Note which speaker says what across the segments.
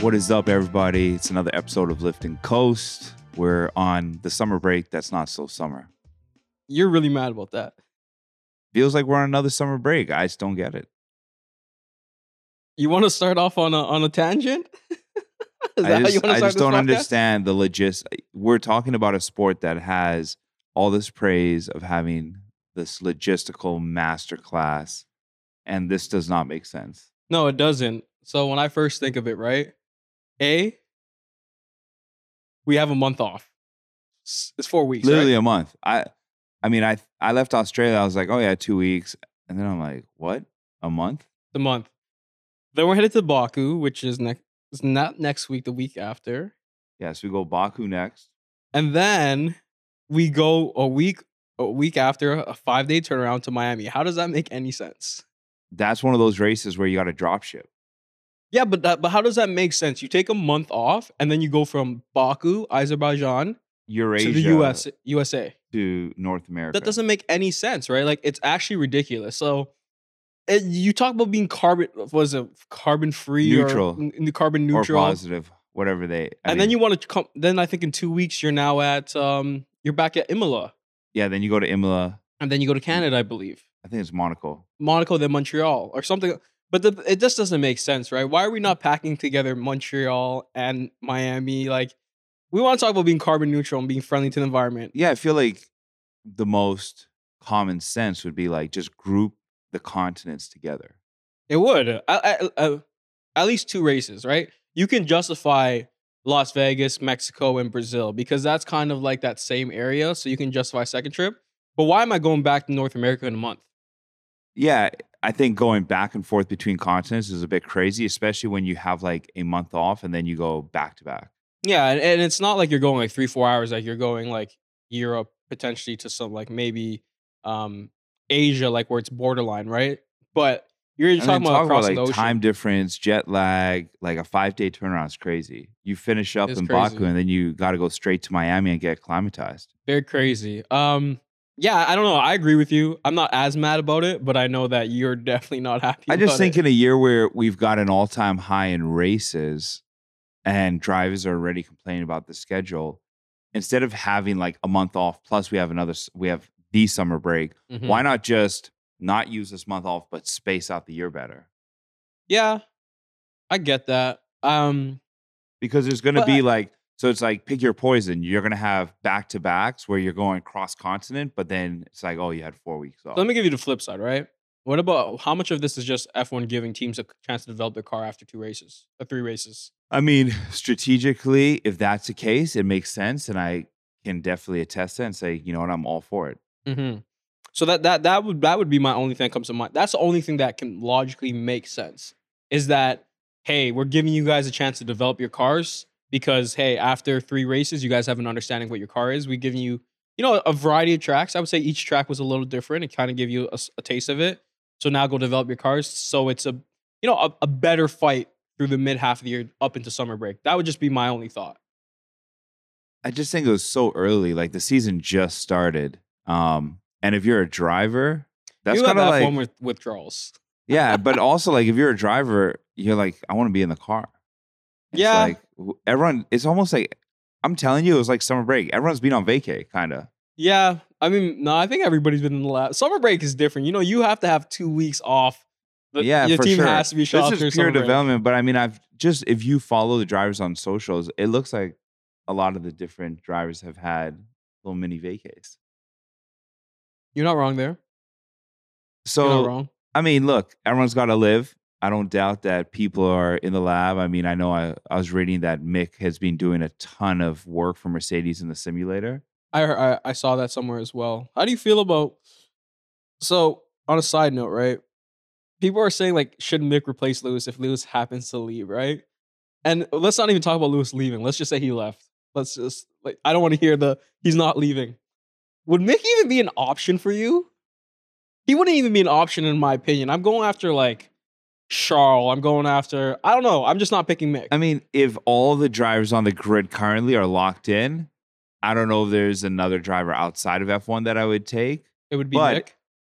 Speaker 1: What is up, everybody? It's another episode of Lifting Coast. We're on the summer break that's not so summer.
Speaker 2: You're really mad about that.
Speaker 1: Feels like we're on another summer break. I just don't get it.
Speaker 2: You want to start off on a on a tangent? Is
Speaker 1: I
Speaker 2: how
Speaker 1: just,
Speaker 2: you wanna
Speaker 1: I
Speaker 2: start
Speaker 1: just
Speaker 2: this
Speaker 1: don't
Speaker 2: podcast?
Speaker 1: understand the logist. We're talking about a sport that has all this praise of having this logistical masterclass, and this does not make sense.
Speaker 2: No, it doesn't. So when I first think of it, right? A, we have a month off. S- It's four weeks.
Speaker 1: Literally
Speaker 2: right?
Speaker 1: a month. I, I mean, I I left Australia. I was like, oh yeah, two weeks, and then I'm like, what? A month?
Speaker 2: the month. Then we're headed to Baku, which is next. It's not next week. The week after,
Speaker 1: Yes, we go Baku next.
Speaker 2: and then we go a week a week after a five day turnaround to Miami. How does that make any sense?
Speaker 1: that's one of those races where you got to drop ship.
Speaker 2: Yeah, but that, but how does that make sense? You take a month off and then you go from Baku, Azerbaijan
Speaker 1: Eurasia
Speaker 2: to the US USA.
Speaker 1: to North America.
Speaker 2: That doesn't make any sense, right? Like it's actually ridiculous. So it, you talk about being carbon was it carbon free
Speaker 1: Neutral.
Speaker 2: or n- carbon
Speaker 1: or
Speaker 2: neutral,
Speaker 1: positive, whatever they. I
Speaker 2: and then
Speaker 1: mean,
Speaker 2: you want to come. Then I think in two weeks you're now at um you're back at Imola,
Speaker 1: yeah, then you go to Imola.
Speaker 2: and then you go
Speaker 1: Hmm.
Speaker 2: to Canada, I believe.
Speaker 1: I think it's Monaco.
Speaker 2: Monaco, then Montreal, or something. But the, it just doesn't make sense, right? Why are we not packing together Montreal and Miami? Like, we want to talk about being carbon neutral and being friendly to the environment.
Speaker 1: Yeah, I feel like the most common sense would be like just group the continents together.
Speaker 2: It would. I, I, I, at least two races, right? You can justify Las Vegas, Mexico, and Brazil because that's kind of like that same area. So you can justify second trip. But why am I going back to North America in a month?
Speaker 1: Yeah, I think going back and forth between continents is a bit crazy, especially when you have like a month off and then you go back to back.
Speaker 2: Yeah, and, and it's not like you're going like three, four hours. Like you're going like Europe potentially to some like maybe um Asia, like where it's borderline, right? But you're
Speaker 1: And
Speaker 2: talking
Speaker 1: then
Speaker 2: about
Speaker 1: talk about
Speaker 2: crossing
Speaker 1: like
Speaker 2: the ocean.
Speaker 1: time difference, jet lag, like a five day turnaround is crazy. You finish up
Speaker 2: It's
Speaker 1: in Baku
Speaker 2: crazy.
Speaker 1: and then you got to go straight to Miami and get acclimatized.
Speaker 2: Very crazy. Um, yeah, I don't know. I agree with you. I'm not as mad about it, but I know that you're definitely not happy.
Speaker 1: I just
Speaker 2: about
Speaker 1: think
Speaker 2: it.
Speaker 1: in a year where we've got an all time high in races and drivers are already complaining about the schedule, instead of having like a month off, plus we have another, s- we have the summer break,
Speaker 2: Mhm.
Speaker 1: why not just not use this month off, but space out the year better?
Speaker 2: Yeah, I get that. Um,
Speaker 1: Because there's going to
Speaker 2: But I-
Speaker 1: be like, so it's like pick your poison. You're going to have back to backs where you're going cross continent, but then it's like, oh, you had four weeks off.
Speaker 2: let me give you the flip side, right? What about how much of this is just F1 giving teams a chance to develop their car after two races, uh, three races?
Speaker 1: I mean, strategically, if that's the case, it makes sense. And I can definitely attest that and say, you know what, I'm all for it.
Speaker 2: Mm-hmm. So that that that would that would be my only thing that comes to mind. That's the only thing that can logically make sense is that hey, we're giving you guys a chance to develop your cars because hey, after three races, you guys have an understanding of what your car is. We've given you you know a variety of tracks. I would say each track was a little different and kind of give you a, s- a taste of it. So now go develop your cars. So it's a you know a, a better fight through the mid half of the year up into summer break. That would just be my only thought.
Speaker 1: I just think it was so early. Like the season just started. Um, and if you're a driver, that's
Speaker 2: you have
Speaker 1: kind of
Speaker 2: that
Speaker 1: like,
Speaker 2: one with withdrawals.
Speaker 1: yeah. But also, like if you're a driver, you're like, I want to be in the car. It's
Speaker 2: Yeah.
Speaker 1: like w- everyone. It's almost like I'm telling you, it was like summer break. Everyone's been on vacay, kind of.
Speaker 2: Yeah, I mean, no, I think everybody's been in the lab. Summer break is different. You know, you have to have two weeks off. The-
Speaker 1: Yeah,
Speaker 2: your
Speaker 1: for
Speaker 2: team
Speaker 1: sure.
Speaker 2: has to be shot
Speaker 1: this
Speaker 2: through
Speaker 1: is pure
Speaker 2: summer break.
Speaker 1: development. But I mean, I've just if you follow the drivers on socials, it looks like a lot of the different drivers have had little mini vacays.
Speaker 2: You're not wrong there. You're not
Speaker 1: So
Speaker 2: wrong.
Speaker 1: I mean, look, everyone's got to live. I don't doubt that people are in the lab. I mean, I know I, I was reading that Mick has been doing a ton of work for Mercedes in the simulator.
Speaker 2: I, heard- I I saw that somewhere as well. How do you feel about? So on a side note, right? People are saying like, should Mick replace Lewis if Lewis happens to leave, right? And let's not even talk about Lewis leaving. Let's just say he left. Let's just like, I don't want to hear the he's not leaving. Would Mick even be an option for you? He wouldn't even be an option in my opinion. I'm going after like Charles. I'm going after I don't know. I'm just not picking Mick.
Speaker 1: I mean, if all the drivers on the grid currently are locked in, I don't know if there's another driver outside of F1 that I would take.
Speaker 2: it would be
Speaker 1: but-
Speaker 2: Mick.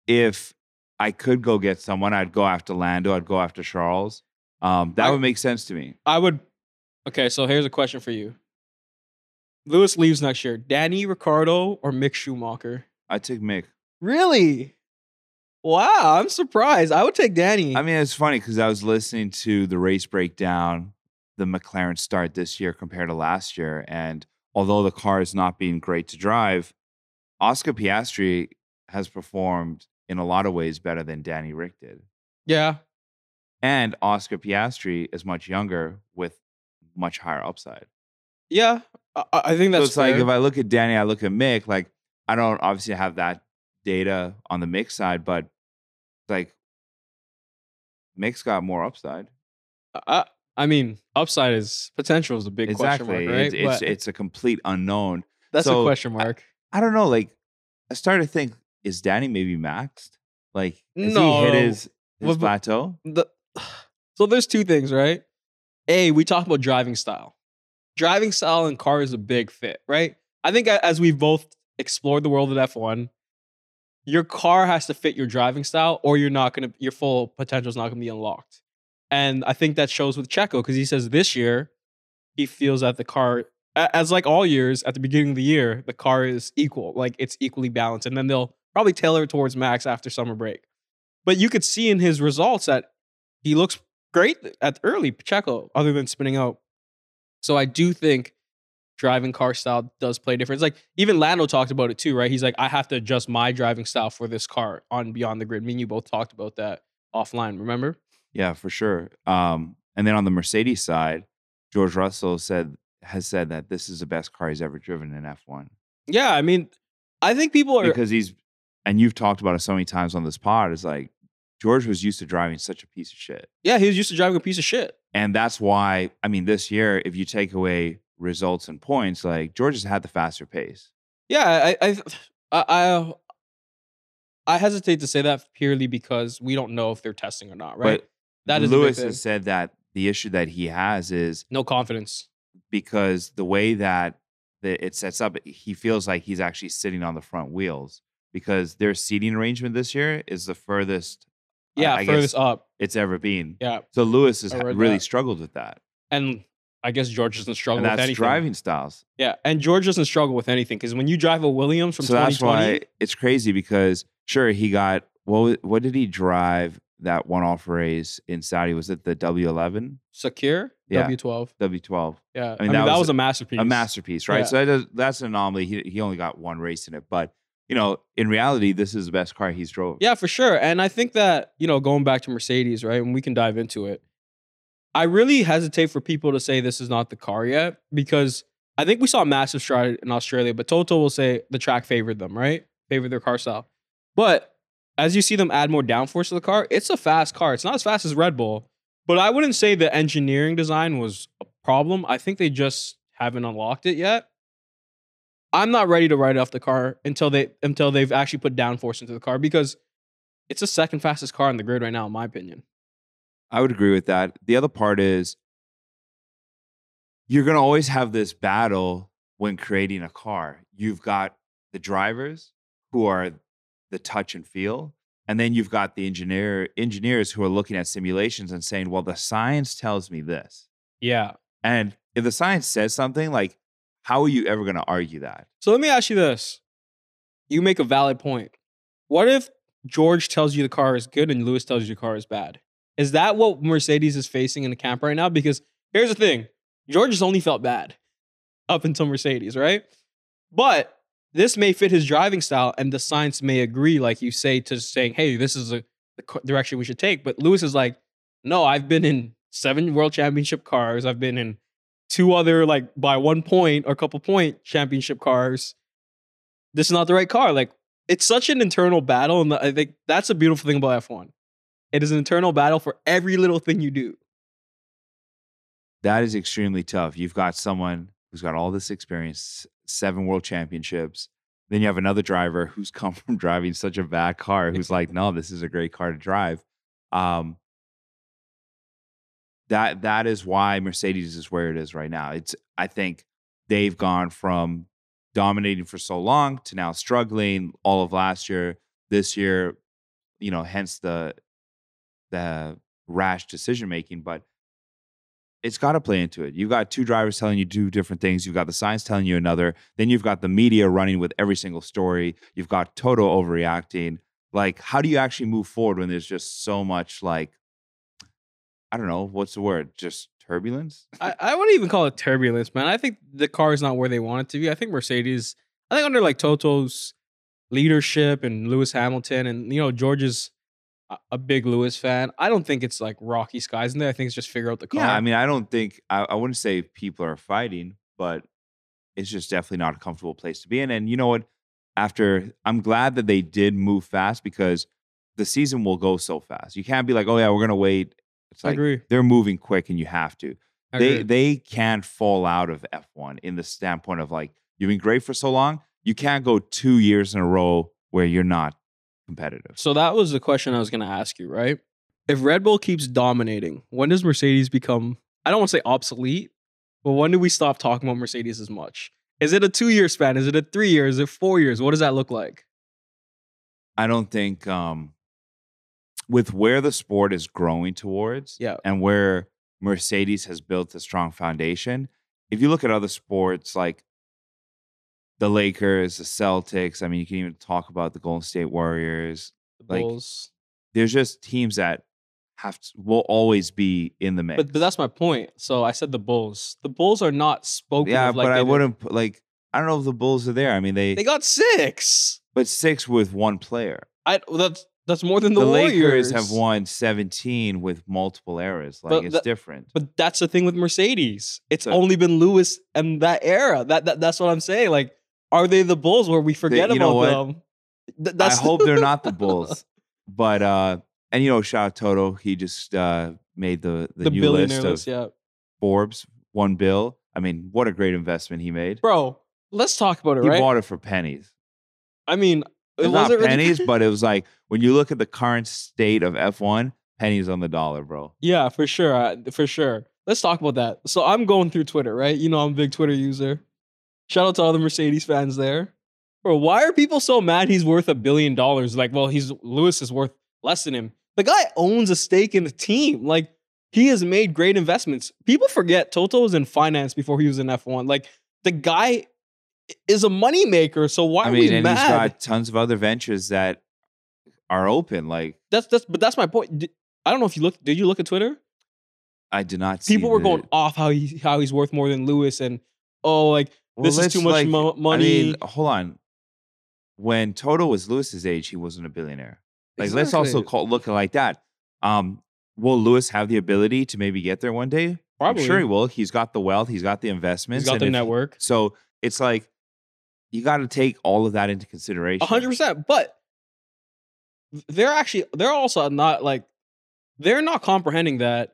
Speaker 1: If I could go get someone, I'd go after Lando, I'd go after Charles. Um, that
Speaker 2: I-
Speaker 1: would make sense to me.
Speaker 2: I would Okay, so here's a question for you. Lewis leaves next year. Danny Ricardo or Mick Schumacher?
Speaker 1: I took Mick.
Speaker 2: Really? Wow, I'm surprised. I would take Danny.
Speaker 1: I mean, it's funny because I was listening to the race breakdown, the McLaren start this year compared to last year. And although the car is not being great to drive, Oscar Piastri has performed in a lot of ways better than Danny Rick did.
Speaker 2: yeah,
Speaker 1: And Oscar Piastri is much younger with much higher upside.
Speaker 2: yeah. I, I- I think
Speaker 1: So
Speaker 2: that's
Speaker 1: it's like
Speaker 2: fair.
Speaker 1: if I look at Danny, I look at Mick. Like I don't obviously have that data on the Mick side, but like Mick's got more upside.
Speaker 2: I, I mean, upside is potential is a big
Speaker 1: exactly,
Speaker 2: question mark, right?
Speaker 1: it's it's,
Speaker 2: But
Speaker 1: it's a complete unknown.
Speaker 2: that's
Speaker 1: so,
Speaker 2: a question
Speaker 1: I-
Speaker 2: mark.
Speaker 1: I don't know. Like I started to think, is Danny maybe maxed? Like has he
Speaker 2: No.
Speaker 1: hit his his
Speaker 2: Well, but-
Speaker 1: plateau?
Speaker 2: the, so there's two things, right? A, we talked about driving style. Driving style and car is a big fit, right? I think a- as we've both explored the world of F1, your car has to fit your driving style or you're not going to, your full potential is not going to be unlocked. And I think that shows with Checo because he says this year, he feels that the car, a- as like all years at the beginning of the year, the car is equal, like it's equally balanced. And then they'll probably tailor it towards Max after summer break. But you could see in his results that he looks great at early Pacheco, other than spinning out. So I do think driving car style does play a difference. Like even Lando talked about it too, right? He's like, I have to adjust my driving style for this car on Beyond the Grid. Me and you both talked about that offline, remember?
Speaker 1: Yeah, for sure. Um, and then on the Mercedes side, George Russell said has said that this is the best car he's ever driven in F one.
Speaker 2: Yeah, I mean, I think people are
Speaker 1: because he's and you've talked about it so many times on this pod is like George was used to driving such a piece of shit.
Speaker 2: yeah, he was used to driving a piece of shit.
Speaker 1: And that's why I mean this year if you take away results and points like George has had the faster pace.
Speaker 2: Yeah, I, I, I, I, I hesitate to say that purely because we don't know if they're testing or not, right?
Speaker 1: But
Speaker 2: That is a big
Speaker 1: Lewis
Speaker 2: thing.
Speaker 1: has said that the issue that he has is
Speaker 2: no confidence.
Speaker 1: because the way that the, it sets up he feels like he's actually sitting on the front wheels because their seating arrangement this year is the furthest I-
Speaker 2: Yeah,
Speaker 1: I guess-
Speaker 2: furthest up.
Speaker 1: it's ever been.
Speaker 2: Yeah,
Speaker 1: So Lewis has
Speaker 2: I read
Speaker 1: really
Speaker 2: that.
Speaker 1: struggled with that.
Speaker 2: and I guess George doesn't struggle
Speaker 1: And
Speaker 2: with
Speaker 1: that's
Speaker 2: anything.
Speaker 1: driving styles.
Speaker 2: Yeah, and George doesn't struggle with anything because when you drive a Williams from
Speaker 1: so that's
Speaker 2: 2020,
Speaker 1: why it's crazy because sure he got what wa- what did he drive that one off race in Saudi? Was it the W eleven,
Speaker 2: secure
Speaker 1: Yeah.
Speaker 2: W12.
Speaker 1: W twelve,
Speaker 2: Yeah,
Speaker 1: I mean, that was
Speaker 2: a masterpiece.
Speaker 1: a masterpiece, right?
Speaker 2: Yeah.
Speaker 1: So that does, that's an anomaly. He he only got one race in it, but you know in reality this is the best car he's drove.
Speaker 2: Yeah, for sure. And I think that, you know, going back to Mercedes, right? And we can dive into it. I really hesitate for people to say this is not the car yet because I think we saw a massive stride in Australia, but Toto will say the track favored them, right? Favored their car style. But as you see them add more downforce to the car, it's a fast car. It's not as fast as Red Bull, but I wouldn't say the engineering design was a problem. I think they just haven't unlocked it yet. I'm not ready to write off the car until they until they've actually put downforce into the car because it's the second fastest car on the grid right now, in my opinion.
Speaker 1: I would agree with that. The other part is you're going to always have this battle when creating a car. You've got the drivers who are the touch and feel, and then you've got the engineer engineers who are looking at simulations and saying, "Well, the science tells me this."
Speaker 2: Yeah.
Speaker 1: And if the science says something, like how are you ever going to argue that?
Speaker 2: So let me ask you this. You make a valid point. What if George tells you the car is good and Lewis tells you the car is bad? Is that what Mercedes is facing in the camp right now? Because here's the thing George has only felt bad up until Mercedes, right? But this may fit his driving style and the science may agree, like you say, to saying, hey, this is a, the co- direction we should take. But Lewis is like, no, I've been in seven world championship cars. I've been in two other like by one point or couple point championship cars. This is not the right car. Like it's such an internal battle, and I think that's a beautiful thing about F one. It is an internal battle for every little thing you do.
Speaker 1: that is extremely tough. You've got someone who's got all this experience, seven world championships. Then you have another driver who's come from driving such a bad car who's like, no, this is a great car to drive. Um, that that is why Mercedes is where it is right now. It's I think they've gone from dominating for so long to now struggling all of last year, this year, you know, hence the the rash decision making. But it- it's got to play into it. You've got two drivers telling you two different things. You've got the science telling you another. Then you've got the media running with every single story. You've got Toto overreacting. Like, how do you actually move forward when there's just so much, like, I don't know, what's the word? Just turbulence?
Speaker 2: I, I wouldn't even call it turbulence, man. I think the car is not where they want it to be. I think Mercedes, I think under like Toto's leadership and Lewis Hamilton and, you know, George's a- a big Lewis fan. I don't think it's like rocky skies in there. I think it's just figure out the car.
Speaker 1: Yeah, I mean, I don't think, I, I wouldn't say people are fighting, but it's just definitely not a comfortable place to be in. And you know what? After, I'm glad that they did move fast because the season will go so fast. You can't be like, oh, yeah, we're going to wait. It's
Speaker 2: I
Speaker 1: like,
Speaker 2: agree.
Speaker 1: they're moving quick and you have to.
Speaker 2: I
Speaker 1: they
Speaker 2: agree.
Speaker 1: they can't fall out of F1 in the standpoint of like you've been great for so long, you can't go two years in a row where you're not competitive.
Speaker 2: So that was the question I was going to ask you, right? If Red Bull keeps dominating, when does Mercedes become, I don't want to say obsolete, but when do we stop talking about Mercedes as much? Is it a two year span? Is it a three year? Is it four years? What does that look like?
Speaker 1: I don't think um with where the sport is growing towards
Speaker 2: Yeah.
Speaker 1: and where Mercedes has built a strong foundation, if you look at other sports like the Lakers, the Celtics, I mean you can even talk about the Golden State Warriors,
Speaker 2: The
Speaker 1: Like,
Speaker 2: Bulls.
Speaker 1: there's just teams that have to, will always be in the mix.
Speaker 2: But, but that's my point. So I said the Bulls. The Bulls are not spoken
Speaker 1: yeah,
Speaker 2: of like
Speaker 1: but
Speaker 2: they
Speaker 1: I
Speaker 2: did-
Speaker 1: wouldn't put, like. I don't know if the Bulls are there. I mean, they,
Speaker 2: They got six.
Speaker 1: but six with one player.
Speaker 2: I that's that's more than the,
Speaker 1: Lakers have
Speaker 2: Warriors.
Speaker 1: won seventeen with multiple eras. Like
Speaker 2: But
Speaker 1: it's
Speaker 2: the-
Speaker 1: different.
Speaker 2: But that's the thing with Mercedes. It's
Speaker 1: So-
Speaker 2: only been Lewis and that era. That, that that's what I'm saying. Like, are they the Bulls where we forget
Speaker 1: you
Speaker 2: about
Speaker 1: know
Speaker 2: them? Th-
Speaker 1: I
Speaker 2: that's
Speaker 1: hope they're not the Bulls. But uh, and you know, shout out Toto. He just uh made the the,
Speaker 2: the
Speaker 1: new list
Speaker 2: billionaire
Speaker 1: of
Speaker 2: list. Yeah,
Speaker 1: Forbes one bill. I mean, what a great investment he made.
Speaker 2: bro. Let's talk about it,
Speaker 1: he
Speaker 2: right?
Speaker 1: bought it for pennies.
Speaker 2: I mean, it
Speaker 1: It's not
Speaker 2: wasn't really-
Speaker 1: pennies, but it was like when you look at the current state of F one, pennies on the dollar, bro.
Speaker 2: Yeah, for sure. uh, For sure. Let's talk about that. So I'm going through Twitter, right? You know, I'm a big Twitter user. Shout out to all the Mercedes fans there. Bro, why are people so mad he's worth a billion dollars? Like, well, he's Lewis is worth less than him. The guy owns a stake in the team. Like, he has made great investments. People forget Toto was in finance before he was in F1. Like, the guy is a moneymaker. So why
Speaker 1: I
Speaker 2: are
Speaker 1: mean,
Speaker 2: we
Speaker 1: and he's
Speaker 2: mad?
Speaker 1: got tons of other ventures that are open. Like
Speaker 2: that's that's but that's my point. Did- I don't know if you look. Did you look at Twitter?
Speaker 1: I did not see.
Speaker 2: people were
Speaker 1: the-
Speaker 2: going "Oh, off how he how he's worth more than Lewis and oh like
Speaker 1: Well,
Speaker 2: this is
Speaker 1: let's,
Speaker 2: too much
Speaker 1: like-
Speaker 2: mo-
Speaker 1: I
Speaker 2: money.
Speaker 1: mean, hold on. When Toto was Lewis's age, he wasn't a billionaire. Like let's also
Speaker 2: Exactly.
Speaker 1: call, look at it like that. Um, will Lewis have the ability to maybe get there one day?
Speaker 2: probably
Speaker 1: I'm sure he will. He's got the wealth. He's got the investments.
Speaker 2: he's got
Speaker 1: and
Speaker 2: the
Speaker 1: if-
Speaker 2: network,
Speaker 1: So it's like you got to take all of that into consideration.
Speaker 2: hundred percent. But they're actually they're also not like they're not comprehending that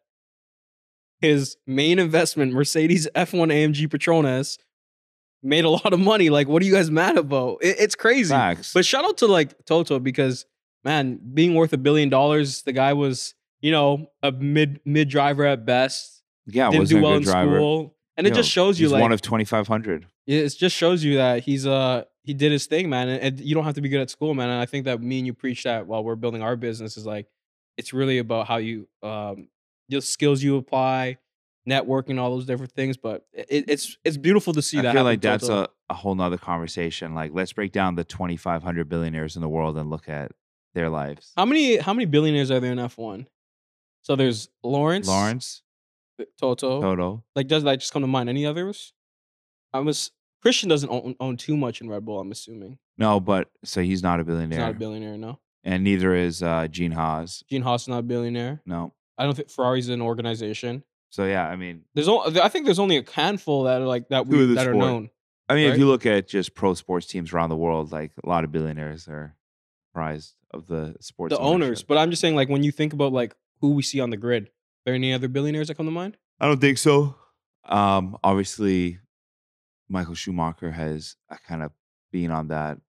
Speaker 2: his main investment, Mercedes F1 AMG Petronas, made a lot of money. Like, what are you guys mad about? It- it's crazy.
Speaker 1: Facts.
Speaker 2: But shout out to like Toto because man, being worth a billion dollars, the guy was you know a mid mid driver at best.
Speaker 1: yeah,
Speaker 2: didn't
Speaker 1: wasn't
Speaker 2: do
Speaker 1: a
Speaker 2: well
Speaker 1: good
Speaker 2: in
Speaker 1: driver.
Speaker 2: school, and it
Speaker 1: No,
Speaker 2: just shows you
Speaker 1: He's
Speaker 2: like
Speaker 1: one of twenty five hundred.
Speaker 2: it just shows you that he's uh he did his thing, man. And, and you don't have to be good at school, man. And I think that me and you preach that while we're building our business is like it's really about how you um your skills you apply, networking, all those different things. But it, it's it's beautiful to see that.
Speaker 1: I feel
Speaker 2: happen,
Speaker 1: like that's
Speaker 2: Toto.
Speaker 1: a, a whole nother conversation. Like, let's break down the 2,500 billionaires in the world and look at their lives.
Speaker 2: how many how many billionaires are there in F one? So there's Lawrence,
Speaker 1: Lawrence,
Speaker 2: Toto,
Speaker 1: Toto.
Speaker 2: Like does that just come to mind? Any others? I was Christian doesn't own, own too much in Red Bull. I'm assuming
Speaker 1: No, but so he's not a
Speaker 2: he's
Speaker 1: billionaire.
Speaker 2: not a billionaire. No.
Speaker 1: And neither is uh, Gene Haas.
Speaker 2: Gene Haas is not a billionaire.
Speaker 1: No.
Speaker 2: I don't think Ferrari's an organization.
Speaker 1: So, yeah, I mean,
Speaker 2: There's only I think there's only a handful that are like that
Speaker 1: Who are
Speaker 2: we,
Speaker 1: the
Speaker 2: that are
Speaker 1: sport?
Speaker 2: known.
Speaker 1: I mean,
Speaker 2: Right?
Speaker 1: if you look at just pro sports teams around the world, like a lot of billionaires are prized of the sports
Speaker 2: The owners,
Speaker 1: ownership.
Speaker 2: but I'm just saying like when you think about like who we see on the grid, are there any other billionaires that come to mind?
Speaker 1: I don't think so. Um, obviously, Michael Schumacher has uh, kind of been on that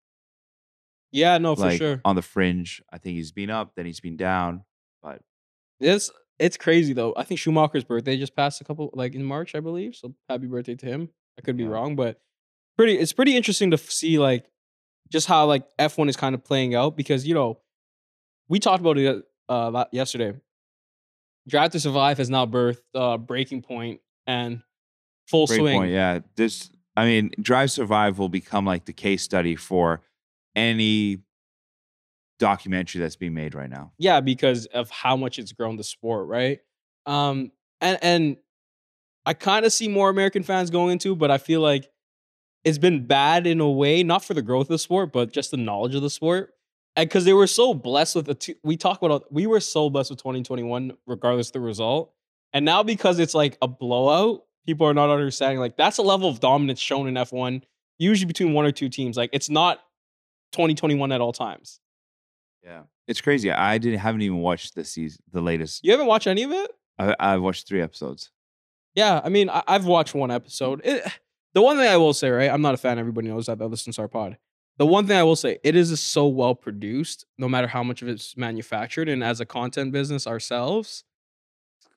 Speaker 2: Yeah, no, for
Speaker 1: like
Speaker 2: sure.
Speaker 1: on the fringe. I think he's been up, then he's been down.
Speaker 2: It's it's crazy though. I think Schumacher's birthday just passed a couple like in March, I believe. So happy birthday to him. I could be
Speaker 1: Yeah.
Speaker 2: wrong, but pretty it's pretty interesting to f- see like just how like F1 is kind of playing out because you know we talked about it uh la- yesterday. Drive to Survive has now birthed uh, Breaking Point and Full
Speaker 1: Great
Speaker 2: Swing.
Speaker 1: point. Yeah. This, I mean, Drive Survive will become like the case study for any documentary that's being made right now.
Speaker 2: yeah because of how much it's grown the sport right um and and i kind of see more american fans going into but i feel like it's been bad in a way not for the growth of the sport but just the knowledge of the sport and because they were so blessed with the two, we talk about we were so blessed with 2021 regardless of the result and now because it's like a blowout people are not understanding like that's a level of dominance shown in f1 usually between one or two teams like it's not 2021 at all times
Speaker 1: Yeah. It's crazy. I didn't haven't even watched the season, the latest.
Speaker 2: you haven't watched any of it
Speaker 1: I, I've watched three episodes.
Speaker 2: Yeah, I mean, I, I've watched one episode. It, the one thing I will say, right? I'm not a fan. Everybody knows that that listens to our pod. The one thing I will say, it is so well produced, no matter how much of it's manufactured. And as a content business ourselves,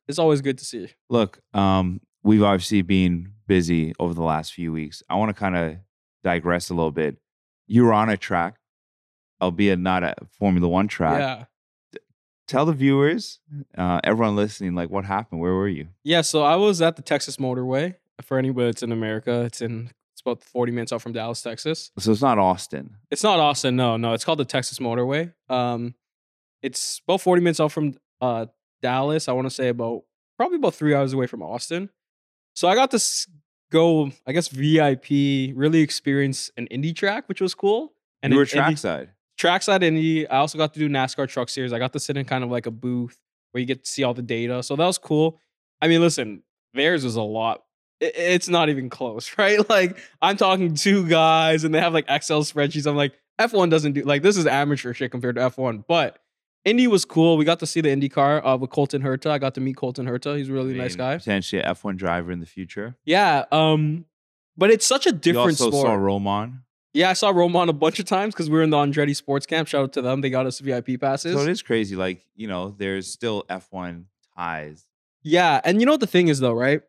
Speaker 2: it's always good to see.
Speaker 1: Look, um, we've obviously been busy over the last few weeks. I want to kind of digress a little bit. You were on a track, albeit not a Formula One track.
Speaker 2: Yeah.
Speaker 1: Tell the viewers, uh, everyone listening, like what happened? Where were you?
Speaker 2: Yeah, so I was at the Texas Motorway. For anybody that's in America, it's in it's about 40 minutes out from Dallas, Texas.
Speaker 1: So it's not Austin.
Speaker 2: It's not Austin. No, no. It's called the Texas Motorway. Um, it's about 40 minutes out from uh, Dallas. I want to say about probably about three hours away from Austin. So I got to s- go, I guess, VIP, really experience an indie track, which was cool.
Speaker 1: And you were
Speaker 2: an indie-
Speaker 1: trackside.
Speaker 2: trackside indie. I also got to do NASCAR Truck Series. I got to sit in kind of like a booth where you get to see all the data. So that was cool. I mean, listen, theirs was a lot. I- It's not even close, right? Like I'm talking two guys and they have like Excel spreadsheets. I'm like F1 doesn't do like this is amateur shit compared to F1. But Indy was cool. We got to see the Indy car uh, with Colton Herta. I got to meet Colton Herta. He's a really
Speaker 1: I
Speaker 2: nice
Speaker 1: mean,
Speaker 2: guy.
Speaker 1: Potentially an F1 driver in the future.
Speaker 2: Yeah. Um, but it's such a
Speaker 1: you
Speaker 2: different
Speaker 1: also
Speaker 2: sport.
Speaker 1: saw Roman.
Speaker 2: yeah, I saw Roman a bunch of times because we were in the Andretti Sports Camp. Shout out to them. They got us VIP passes.
Speaker 1: So it is crazy. Like, you know, there's still F1 ties.
Speaker 2: Yeah, and you know what the thing is though, right?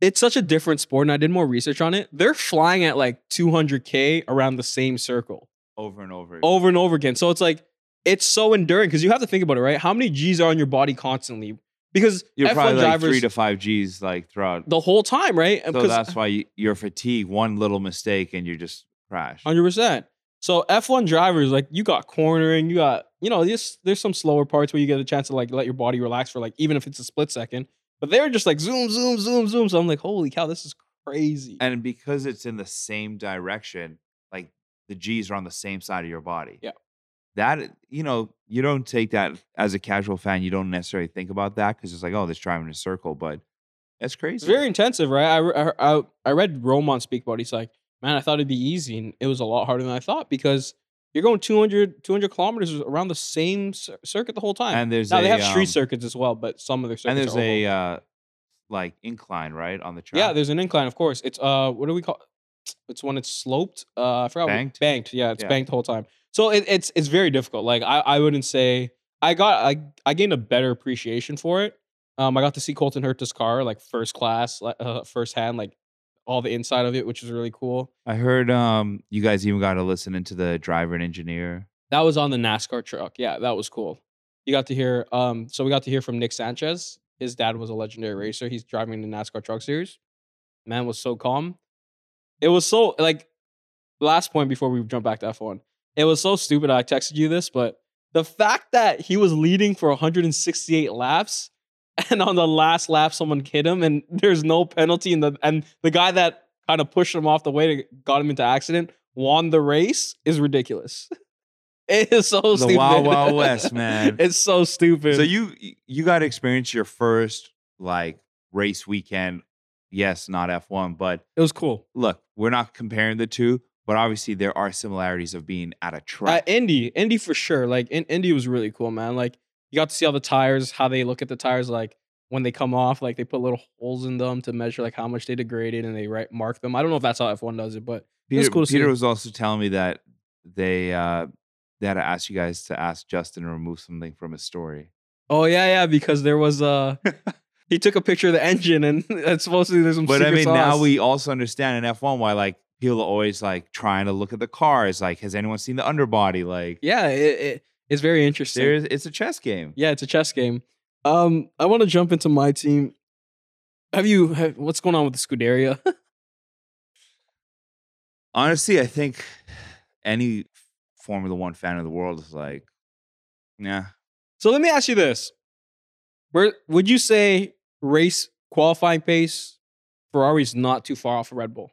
Speaker 2: It's such a different sport, and I did more research on it. They're flying at like 200k around the same circle
Speaker 1: over and over.
Speaker 2: over and over again. So it's like it's so enduring because you have to think about it, right? How many G's are on your body constantly? Because
Speaker 1: you're
Speaker 2: F1
Speaker 1: probably like
Speaker 2: drivers
Speaker 1: three to five G's like throughout.
Speaker 2: the whole time, right?
Speaker 1: So that's why you, you're fatigued. One little mistake and you're just crashed.
Speaker 2: Hundred percent. So F one drivers, like you got cornering, you got you know, there's there's some slower parts where you get a chance to like let your body relax for like even if it's a split second. But they were just like zoom, zoom, zoom, zoom. So I'm like, holy cow, this is crazy.
Speaker 1: And because it's in the same direction, like the G's are on the same side of your body.
Speaker 2: Yeah.
Speaker 1: That you know, you don't take that as a casual fan. You don't necessarily think about that because it's like, oh, this driving in a circle, but that's crazy.
Speaker 2: It's very intensive, right? I, re- I, I, I read Roman speak about it. He's like, man, I thought it'd be easy. And it was a lot harder than I thought because you're going 200, 200 kilometers around the same cir- circuit the whole time.
Speaker 1: And there's
Speaker 2: now,
Speaker 1: a,
Speaker 2: they have
Speaker 1: um,
Speaker 2: street circuits as well, but some of their circuits
Speaker 1: and there's
Speaker 2: are oval.
Speaker 1: a uh, like incline right on the track.
Speaker 2: Yeah, there's an incline, of course. It's, uh, what do we call It's when it's sloped. Uh, I forgot. what-
Speaker 1: Banked?
Speaker 2: Banked. Yeah, it's
Speaker 1: Yeah.
Speaker 2: banked the whole time. So it, it's, it's very difficult. Like, I, I wouldn't say, I got, I, I gained a better appreciation for it. Um, I got to see Colton Herta's car, like first class, like, uh, firsthand, like all the inside of it, which was really cool.
Speaker 1: I heard um you guys even got to listen into the driver and engineer.
Speaker 2: That was on the NASCAR truck. Yeah, that was cool. You got to hear. Um, so we got to hear from Nick Sanchez. His dad was a legendary racer. He's driving the NASCAR Truck Series. Man was so calm. It was so like. Last point before we jump back to F one. It was so stupid. I texted you this, but the fact that he was leading for 168 laps, and on the last lap someone hit him, and there's no penalty, and the and the guy that kind of pushed him off the way to got him into accident won the race is ridiculous. It is so
Speaker 1: The
Speaker 2: stupid.
Speaker 1: Wild Wild West, man.
Speaker 2: it's so stupid.
Speaker 1: So you you got to experience your first like race weekend. Yes, not F1, but
Speaker 2: it was cool.
Speaker 1: look, we're not comparing the two, but obviously there are similarities of being at a
Speaker 2: Uh,
Speaker 1: track.
Speaker 2: Indy, Indy for sure. Like in, Indy was really cool, man. Like you got to see all the tires, how they look at the tires, like when they come off, like they put little holes in them to measure like how much they degraded and they right mark them. I don't know if that's how F1 does it, but
Speaker 1: Peter,
Speaker 2: cool to
Speaker 1: Peter
Speaker 2: see.
Speaker 1: was also telling me that they uh they had to ask you guys to ask Justin to remove something from his story.
Speaker 2: oh yeah, yeah, because there was uh he took a picture of the engine and it's supposed to be there's some.
Speaker 1: But I
Speaker 2: secret
Speaker 1: mean, now
Speaker 2: sauce.
Speaker 1: we also understand in F1 why like people are always like trying to look at the cars. Like, has anyone seen the underbody? Like,
Speaker 2: yeah, it, it, it's very interesting.
Speaker 1: there's it's a chess game.
Speaker 2: Yeah, it's a chess game. Um, I want to jump into my team. Have you? Have, what's going on with the Scuderia?
Speaker 1: Honestly, I think any Formula One fan of the world is like, nah,
Speaker 2: so let me ask you this: Where would you say race qualifying pace Ferrari's not too far off of Red Bull?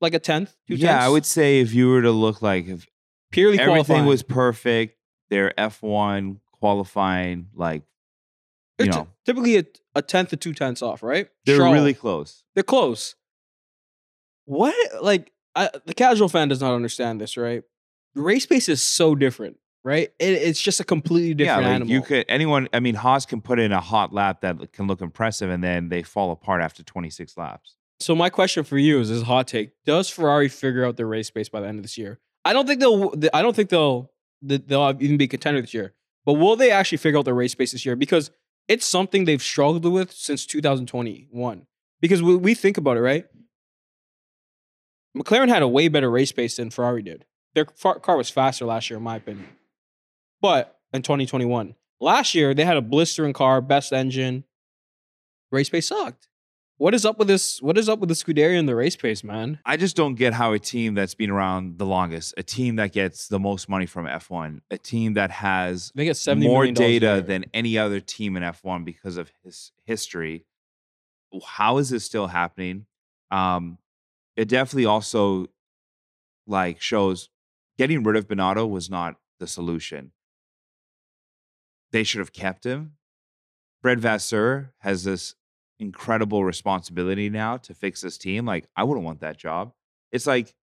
Speaker 2: Like a tenth, two
Speaker 1: yeah,
Speaker 2: tenths?
Speaker 1: I would say if you were to look like if
Speaker 2: purely
Speaker 1: everything
Speaker 2: qualifying.
Speaker 1: was perfect, their F1 qualifying, like, you
Speaker 2: It's
Speaker 1: know,
Speaker 2: typically a, a tenth to two tenths off, right?
Speaker 1: they're
Speaker 2: Stroll.
Speaker 1: really close.
Speaker 2: they're close. What like I, the casual fan does not understand this, right? Race pace is so different, right? It, it's just a completely different
Speaker 1: yeah, like
Speaker 2: animal.
Speaker 1: you could anyone. I mean, Haas can put in a hot lap that can look impressive, and then they fall apart after 26 laps.
Speaker 2: So my question for you is this is a hot take: Does Ferrari figure out their race pace by the end of this year? I don't think they'll. I don't think they'll. that They'll even be a contender this year. But will they actually figure out their race pace this year? Because it's something they've struggled with since 2021. Because we, we think about it, right? McLaren had a way better race pace than Ferrari did. Their far, car was faster last year, in my opinion. But in 2021, last year they had a blistering car, best engine. Race pace sucked. What is up with this? What is up with the Scuderia and the race pace, man?
Speaker 1: I just don't get how a team that's been around the longest, a team that gets the most money from F1, a team that has
Speaker 2: They get seventy
Speaker 1: more
Speaker 2: million dollars a
Speaker 1: data
Speaker 2: year.
Speaker 1: than any other team in F1 because of his history. How is this still happening? Um, it definitely also like shows getting rid of Bonato was not the solution. They should have kept him. Fred Vasseur has this incredible responsibility now to fix this team. Like, I wouldn't want that job. It's like,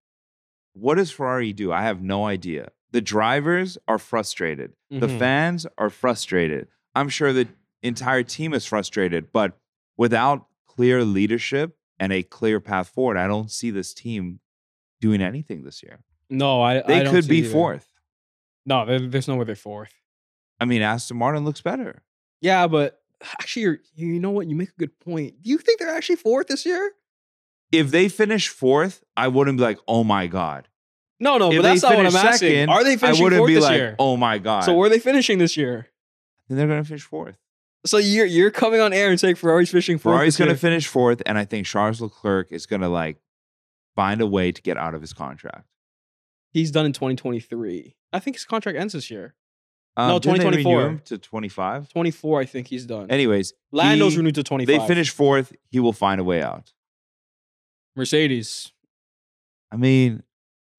Speaker 1: what does Ferrari do? I have no idea. The drivers are frustrated. The
Speaker 2: Mhm.
Speaker 1: fans are frustrated. I'm sure the entire team is frustrated, but without clear leadership and a clear path forward, I don't see this team doing anything this year.
Speaker 2: No, I. I
Speaker 1: They
Speaker 2: don't
Speaker 1: could
Speaker 2: see
Speaker 1: be
Speaker 2: it either.
Speaker 1: fourth.
Speaker 2: No, there, there's no way they're fourth.
Speaker 1: I mean, Aston Martin looks better.
Speaker 2: Yeah, but actually, you're, you know what? You make a good point. Do you think they're actually fourth this year?
Speaker 1: If they finish fourth, I wouldn't be like, oh my God.
Speaker 2: No, no,
Speaker 1: If
Speaker 2: but
Speaker 1: they
Speaker 2: that's not what I'm
Speaker 1: finish
Speaker 2: asking.
Speaker 1: second,
Speaker 2: Are they
Speaker 1: I
Speaker 2: finishing
Speaker 1: wouldn't
Speaker 2: fourth
Speaker 1: be
Speaker 2: this
Speaker 1: like,
Speaker 2: year?
Speaker 1: oh my God.
Speaker 2: So where are they finishing this year?
Speaker 1: then they're going to finish fourth.
Speaker 2: So you're you're coming on air and saying Ferrari's finishing fourth.
Speaker 1: Ferrari's
Speaker 2: this
Speaker 1: going to
Speaker 2: year.
Speaker 1: finish fourth, and I think Charles Leclerc is going to like find a way to get out of his contract.
Speaker 2: He's done in 2023. I think his contract ends this year.
Speaker 1: Um,
Speaker 2: No,
Speaker 1: didn't they renew
Speaker 2: 2024.
Speaker 1: him to 25.
Speaker 2: 24, I think he's done.
Speaker 1: Anyways,
Speaker 2: Lando's
Speaker 1: he-
Speaker 2: renewed to 25.
Speaker 1: they finish fourth, he will find a way out.
Speaker 2: Mercedes.
Speaker 1: I mean,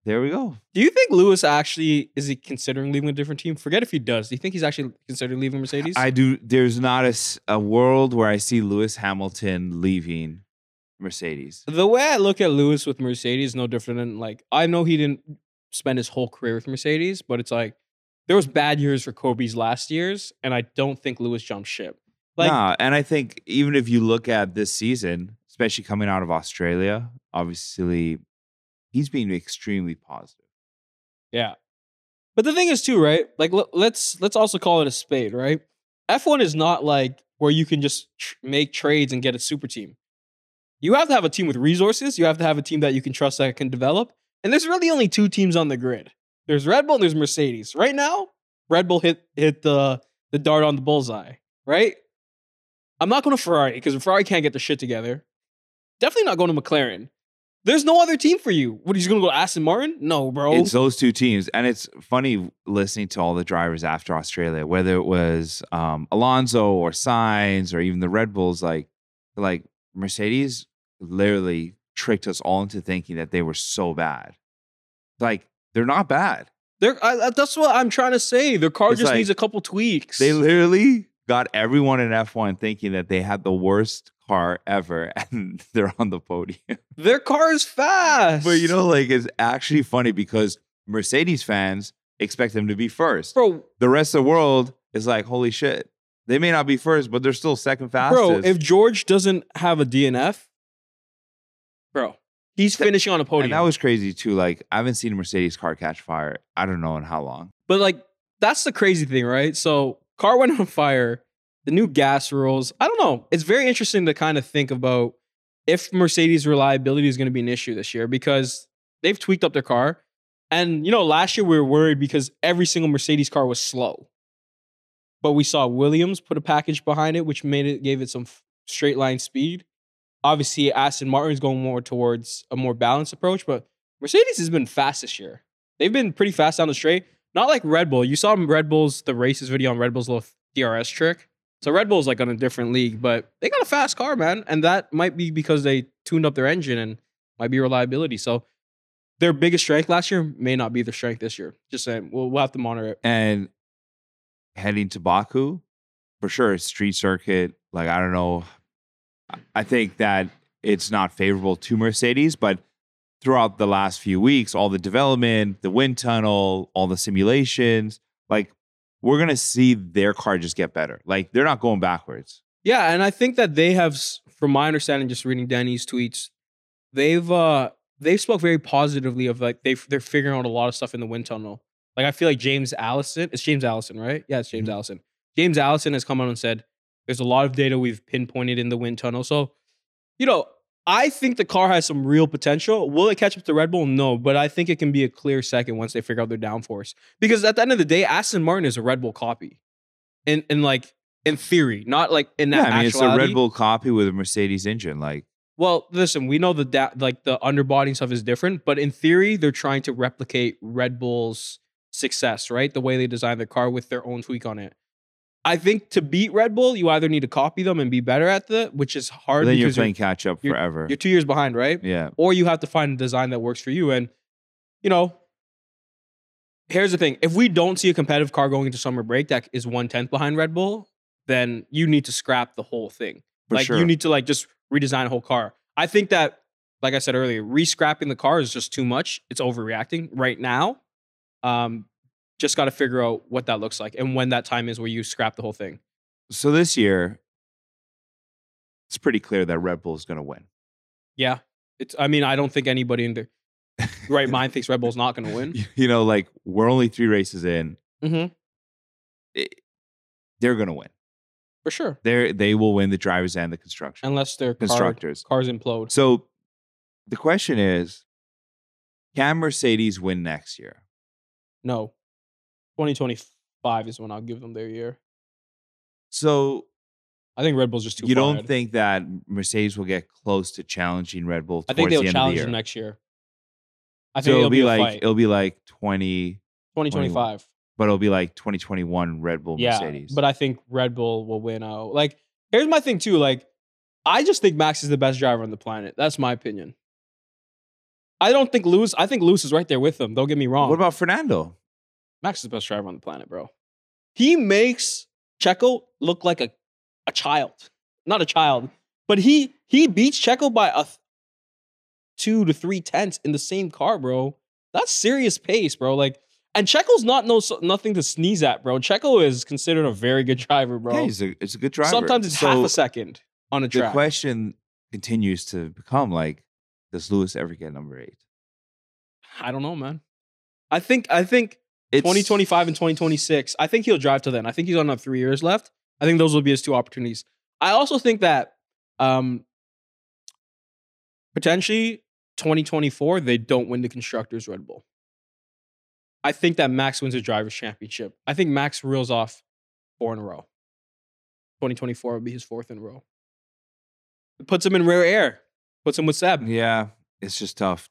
Speaker 1: there we go.
Speaker 2: Do you think Lewis actually is he considering leaving a different team? Forget if he does. Do you think he's actually considering leaving Mercedes?
Speaker 1: I do. There's not a, s- a world where I see Lewis Hamilton leaving Mercedes.
Speaker 2: the way I look at Lewis with Mercedes is no different than like I know he didn't spend his whole career with Mercedes, but it's like there was bad years for Kobe's last years, and I don't think Lewis jumped ship. Like
Speaker 1: nah, and I think even if you look at this season, especially coming out of Australia, obviously he's being extremely positive.
Speaker 2: Yeah. But the thing is too, right? Like le- let's let's also call it a spade, right? F1 is not like where you can just tr- make trades and get a super team. You have to have a team with resources, you have to have a team that you can trust that can develop. And there's really only two teams on the grid. There's Red Bull and there's Mercedes. Right now, Red Bull hit hit the the dart on the bullseye, right? I'm not going to Ferrari because Ferrari can't get their shit together. Definitely not going to McLaren. There's no other team for you. What, he's going to go to Aston Martin? No, bro.
Speaker 1: It's those two teams, and it's funny listening to all the drivers after Australia, whether it was um, Alonso or Signs or even the Red Bulls. Like, like Mercedes literally tricked us all into thinking that they were so bad. Like, they're not bad.
Speaker 2: They're, I, I- that's what I'm trying to say. Their car
Speaker 1: It's
Speaker 2: just
Speaker 1: like-
Speaker 2: needs a couple tweaks.
Speaker 1: They literally got everyone in F1 thinking that they had the worst car ever, and they're on the podium.
Speaker 2: Their car is fast.
Speaker 1: But you know, like, it's actually funny because Mercedes fans expect them to be first.
Speaker 2: bro,
Speaker 1: the rest of the world is like, holy shit. They may not be first, but they're still second fastest.
Speaker 2: bro, if George doesn't have a DNF, bro, he's
Speaker 1: That-
Speaker 2: finishing on a podium.
Speaker 1: and that was crazy too. Like, I haven't seen a Mercedes car catch fire. I don't know in how long.
Speaker 2: But like that's the crazy thing, right? So car went on fire, the new gas rules. I don't know. It's very interesting to kind of think about if Mercedes reliability is going to be an issue this year because they've tweaked up their car. And you know, last year we were worried because every single Mercedes car was slow. But we saw Williams put a package behind it, which made it gave it some f- straight line speed. Obviously, Aston Martin's going more towards a more balanced approach, but Mercedes has been fast this year. They've been pretty fast down the straight. Not like Red Bull. You saw Red Bull's the races video on Red Bull's little DRS trick. So Red Bull's like on a different league, but they got a fast car, man, and that might be because they tuned up their engine and might be reliability. So their biggest strength last year may not be their strength this year. Just saying, we'll, we'll have to monitor it.
Speaker 1: And heading to Baku, for sure, it's street circuit. Like, I don't know. I- I think that it's not favorable to Mercedes, but throughout the last few weeks, all the development, the wind tunnel, all the simulations, like, we're going to see their car just get better. Like, they're not going backwards.
Speaker 2: Yeah, and I think that they have, s- from my understanding, just reading Danny's tweets, they've uh they've spoke very positively of like they they're figuring out a lot of stuff in the wind tunnel. Like I feel like James Allison, it's James Allison, right? Yeah, it's James
Speaker 1: Mhm.
Speaker 2: Allison. James Allison has come out and said there's a lot of data we've pinpointed in the wind tunnel. So, you know, I think the car has some real potential. Will it catch up to Red Bull? No, but I think it can be a clear second once they figure out their downforce. Because at the end of the day, Aston Martin is a Red Bull copy, and and like in theory, not like in
Speaker 1: Yeah,
Speaker 2: that.
Speaker 1: I mean, it's a Red
Speaker 2: actuality.
Speaker 1: Bull copy with a Mercedes engine. Like,
Speaker 2: Well, listen, we know the da- like the underbody and stuff is different, but in theory, they're trying to replicate Red Bull's success, right? The way they designed the car with their own tweak on it. I think to beat Red Bull, you either need to copy them and be better at the, which is hard
Speaker 1: then you're
Speaker 2: because
Speaker 1: playing catch up
Speaker 2: you're-
Speaker 1: forever.
Speaker 2: you're, you're two years behind, right?
Speaker 1: yeah.
Speaker 2: Or you have to find a design that works for you. And you know, here's the thing: if we don't see a competitive car going into summer break that is one tenth behind Red Bull, then you need to scrap the whole thing
Speaker 1: For
Speaker 2: like
Speaker 1: sure.
Speaker 2: you need to like just redesign a whole car. I think that, like I said earlier, re-scrapping the car is just too much. It's overreacting right now. Um, just got to figure out what that looks like and when that time is where you scrap the whole thing.
Speaker 1: so this year, it's pretty clear that Red Bull is going to win.
Speaker 2: Yeah, it's. I mean, I don't think anybody in their right mind thinks Red Bull's not going to win.
Speaker 1: You know, like we're only three races in. eh,
Speaker 2: Mm-hmm,
Speaker 1: They're going to win.
Speaker 2: for sure,
Speaker 1: They they will win the drivers and the construction
Speaker 2: unless their car,
Speaker 1: constructors.
Speaker 2: cars implode.
Speaker 1: So the question is, can Mercedes win next year?
Speaker 2: No, twenty twenty five is when I'll give them their year.
Speaker 1: So
Speaker 2: I think Red Bull's just too.
Speaker 1: you
Speaker 2: far
Speaker 1: don't
Speaker 2: ahead.
Speaker 1: think that Mercedes will get close to challenging Red Bull?
Speaker 2: I think they'll
Speaker 1: the end
Speaker 2: challenge
Speaker 1: of the year.
Speaker 2: them next year. I
Speaker 1: so
Speaker 2: think
Speaker 1: it'll, be,
Speaker 2: a
Speaker 1: like
Speaker 2: fight.
Speaker 1: it'll be like twenty,
Speaker 2: 2025.
Speaker 1: but it'll be like twenty twenty one Red Bull
Speaker 2: yeah,
Speaker 1: Mercedes.
Speaker 2: But I think Red Bull will win out. Like, here's my thing too. Like, I just think Max is the best driver on the planet. That's my opinion. I don't think Lewis. I think Lewis is right there with them. Don't get me wrong.
Speaker 1: what about Fernando?
Speaker 2: Max is the best driver on the planet, bro? He makes Checo look like a, a child. Not a child, but he he beats Checo by a th- two to three tenths in the same car, bro. That's serious pace, bro. Like, and Checo's not no nothing to sneeze at, bro. Checo is considered a very good driver, bro.
Speaker 1: Yeah, he's a it's a good driver.
Speaker 2: Sometimes it's
Speaker 1: So
Speaker 2: half a second on a
Speaker 1: The
Speaker 2: track.
Speaker 1: question continues to become like, does Lewis ever get number eight?
Speaker 2: I don't know, man. I think I think
Speaker 1: It's
Speaker 2: 2025 and 2026. I think he'll drive to then. I think he's on have three years left. I think those will be his two opportunities. I also think that um, potentially 2024 they don't win the constructors Red Bull. I think that Max wins a drivers championship. I think Max reels off four in a row. 2024 will be his fourth in a row. It puts him in rare air. Puts him with Seb.
Speaker 1: Yeah, it's just tough.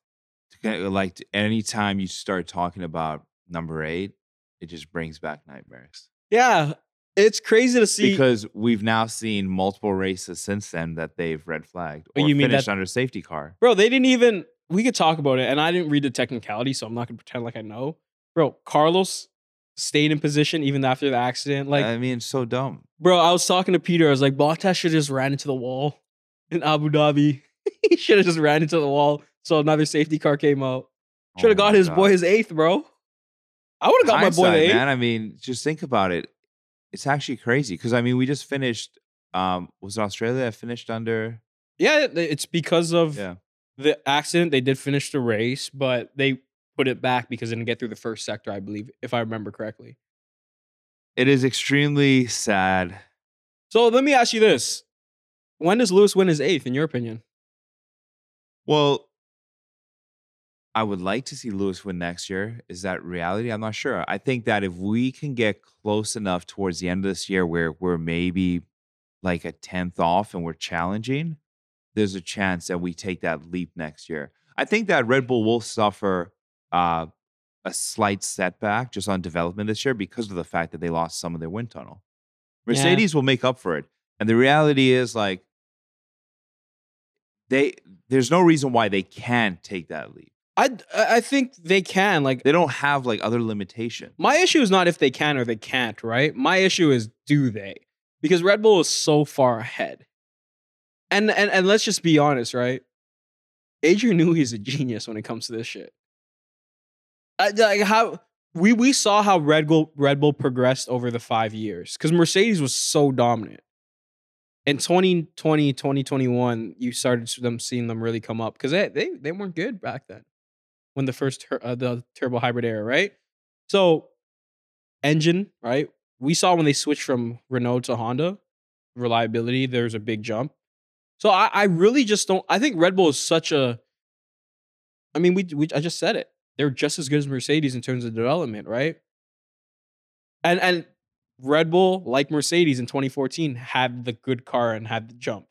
Speaker 1: To get- Like anytime you start talking about number eight, it just brings back nightmares
Speaker 2: Yeah, it's crazy to see.
Speaker 1: because we've now seen multiple races since then that they've red flagged
Speaker 2: But
Speaker 1: or
Speaker 2: Oh, you mean
Speaker 1: finished
Speaker 2: that-
Speaker 1: under safety car.
Speaker 2: Bro, they didn't even. We could talk about it, and I didn't read the technicality, so I'm not gonna pretend like I know. Bro, Carlos stayed in position even after the accident. Like,
Speaker 1: I mean, it's so dumb.
Speaker 2: bro, I was talking to Peter. I was like, Bottas should have just ran into the wall in Abu Dhabi. he should have just ran into the wall. So another safety car came out. Should
Speaker 1: Oh
Speaker 2: have got
Speaker 1: my
Speaker 2: his boy
Speaker 1: God.
Speaker 2: his eighth, bro. I would have got my boy the
Speaker 1: Hindsight,
Speaker 2: eighth.
Speaker 1: man. I mean, just think about it. It's actually crazy because I mean, we just finished. Um, was it Australia that finished under?
Speaker 2: Yeah, it- it's because of
Speaker 1: Yeah.
Speaker 2: the accident. They did finish the race, but they put it back because they didn't get through the first sector, I believe, if I remember correctly.
Speaker 1: It is extremely sad.
Speaker 2: So let me ask you this: When does Lewis win his eighth, in your opinion?
Speaker 1: Well, I would like to see Lewis win next year. Is that reality? I'm not sure. I think that if we can get close enough towards the end of this year where we're maybe like a 10th off and we're challenging, there's a chance that we take that leap next year. I think that Red Bull will suffer uh, a slight setback just on development this year because of the fact that they lost some of their wind tunnel.
Speaker 2: Yeah.
Speaker 1: Mercedes will make up for it. And the reality is like they there's no reason why they can't take that leap.
Speaker 2: I I think they can. Like
Speaker 1: They don't have like other limitation.
Speaker 2: my issue is not if they can or they can't, right? My issue is do they? Because Red Bull is so far ahead. And and and let's just be honest, right? Adrian Newey is a genius when it comes to this shit. I, like how we we saw how Red Bull Red Bull progressed over the 5 years cuz Mercedes was so dominant. In 2020, 2021, you started to them seeing them really come up cuz they, they they weren't good back then. When the first tur- uh, the turbo hybrid era, right? So, engine, right? We saw when they switched from Renault to Honda, reliability, there's a big jump. So I, I really just don't. I think Red Bull is such a. I mean, we, we I just said it. They're just as good as Mercedes in terms of development, right? And and Red Bull, like Mercedes in 2014, had the good car and had the jump.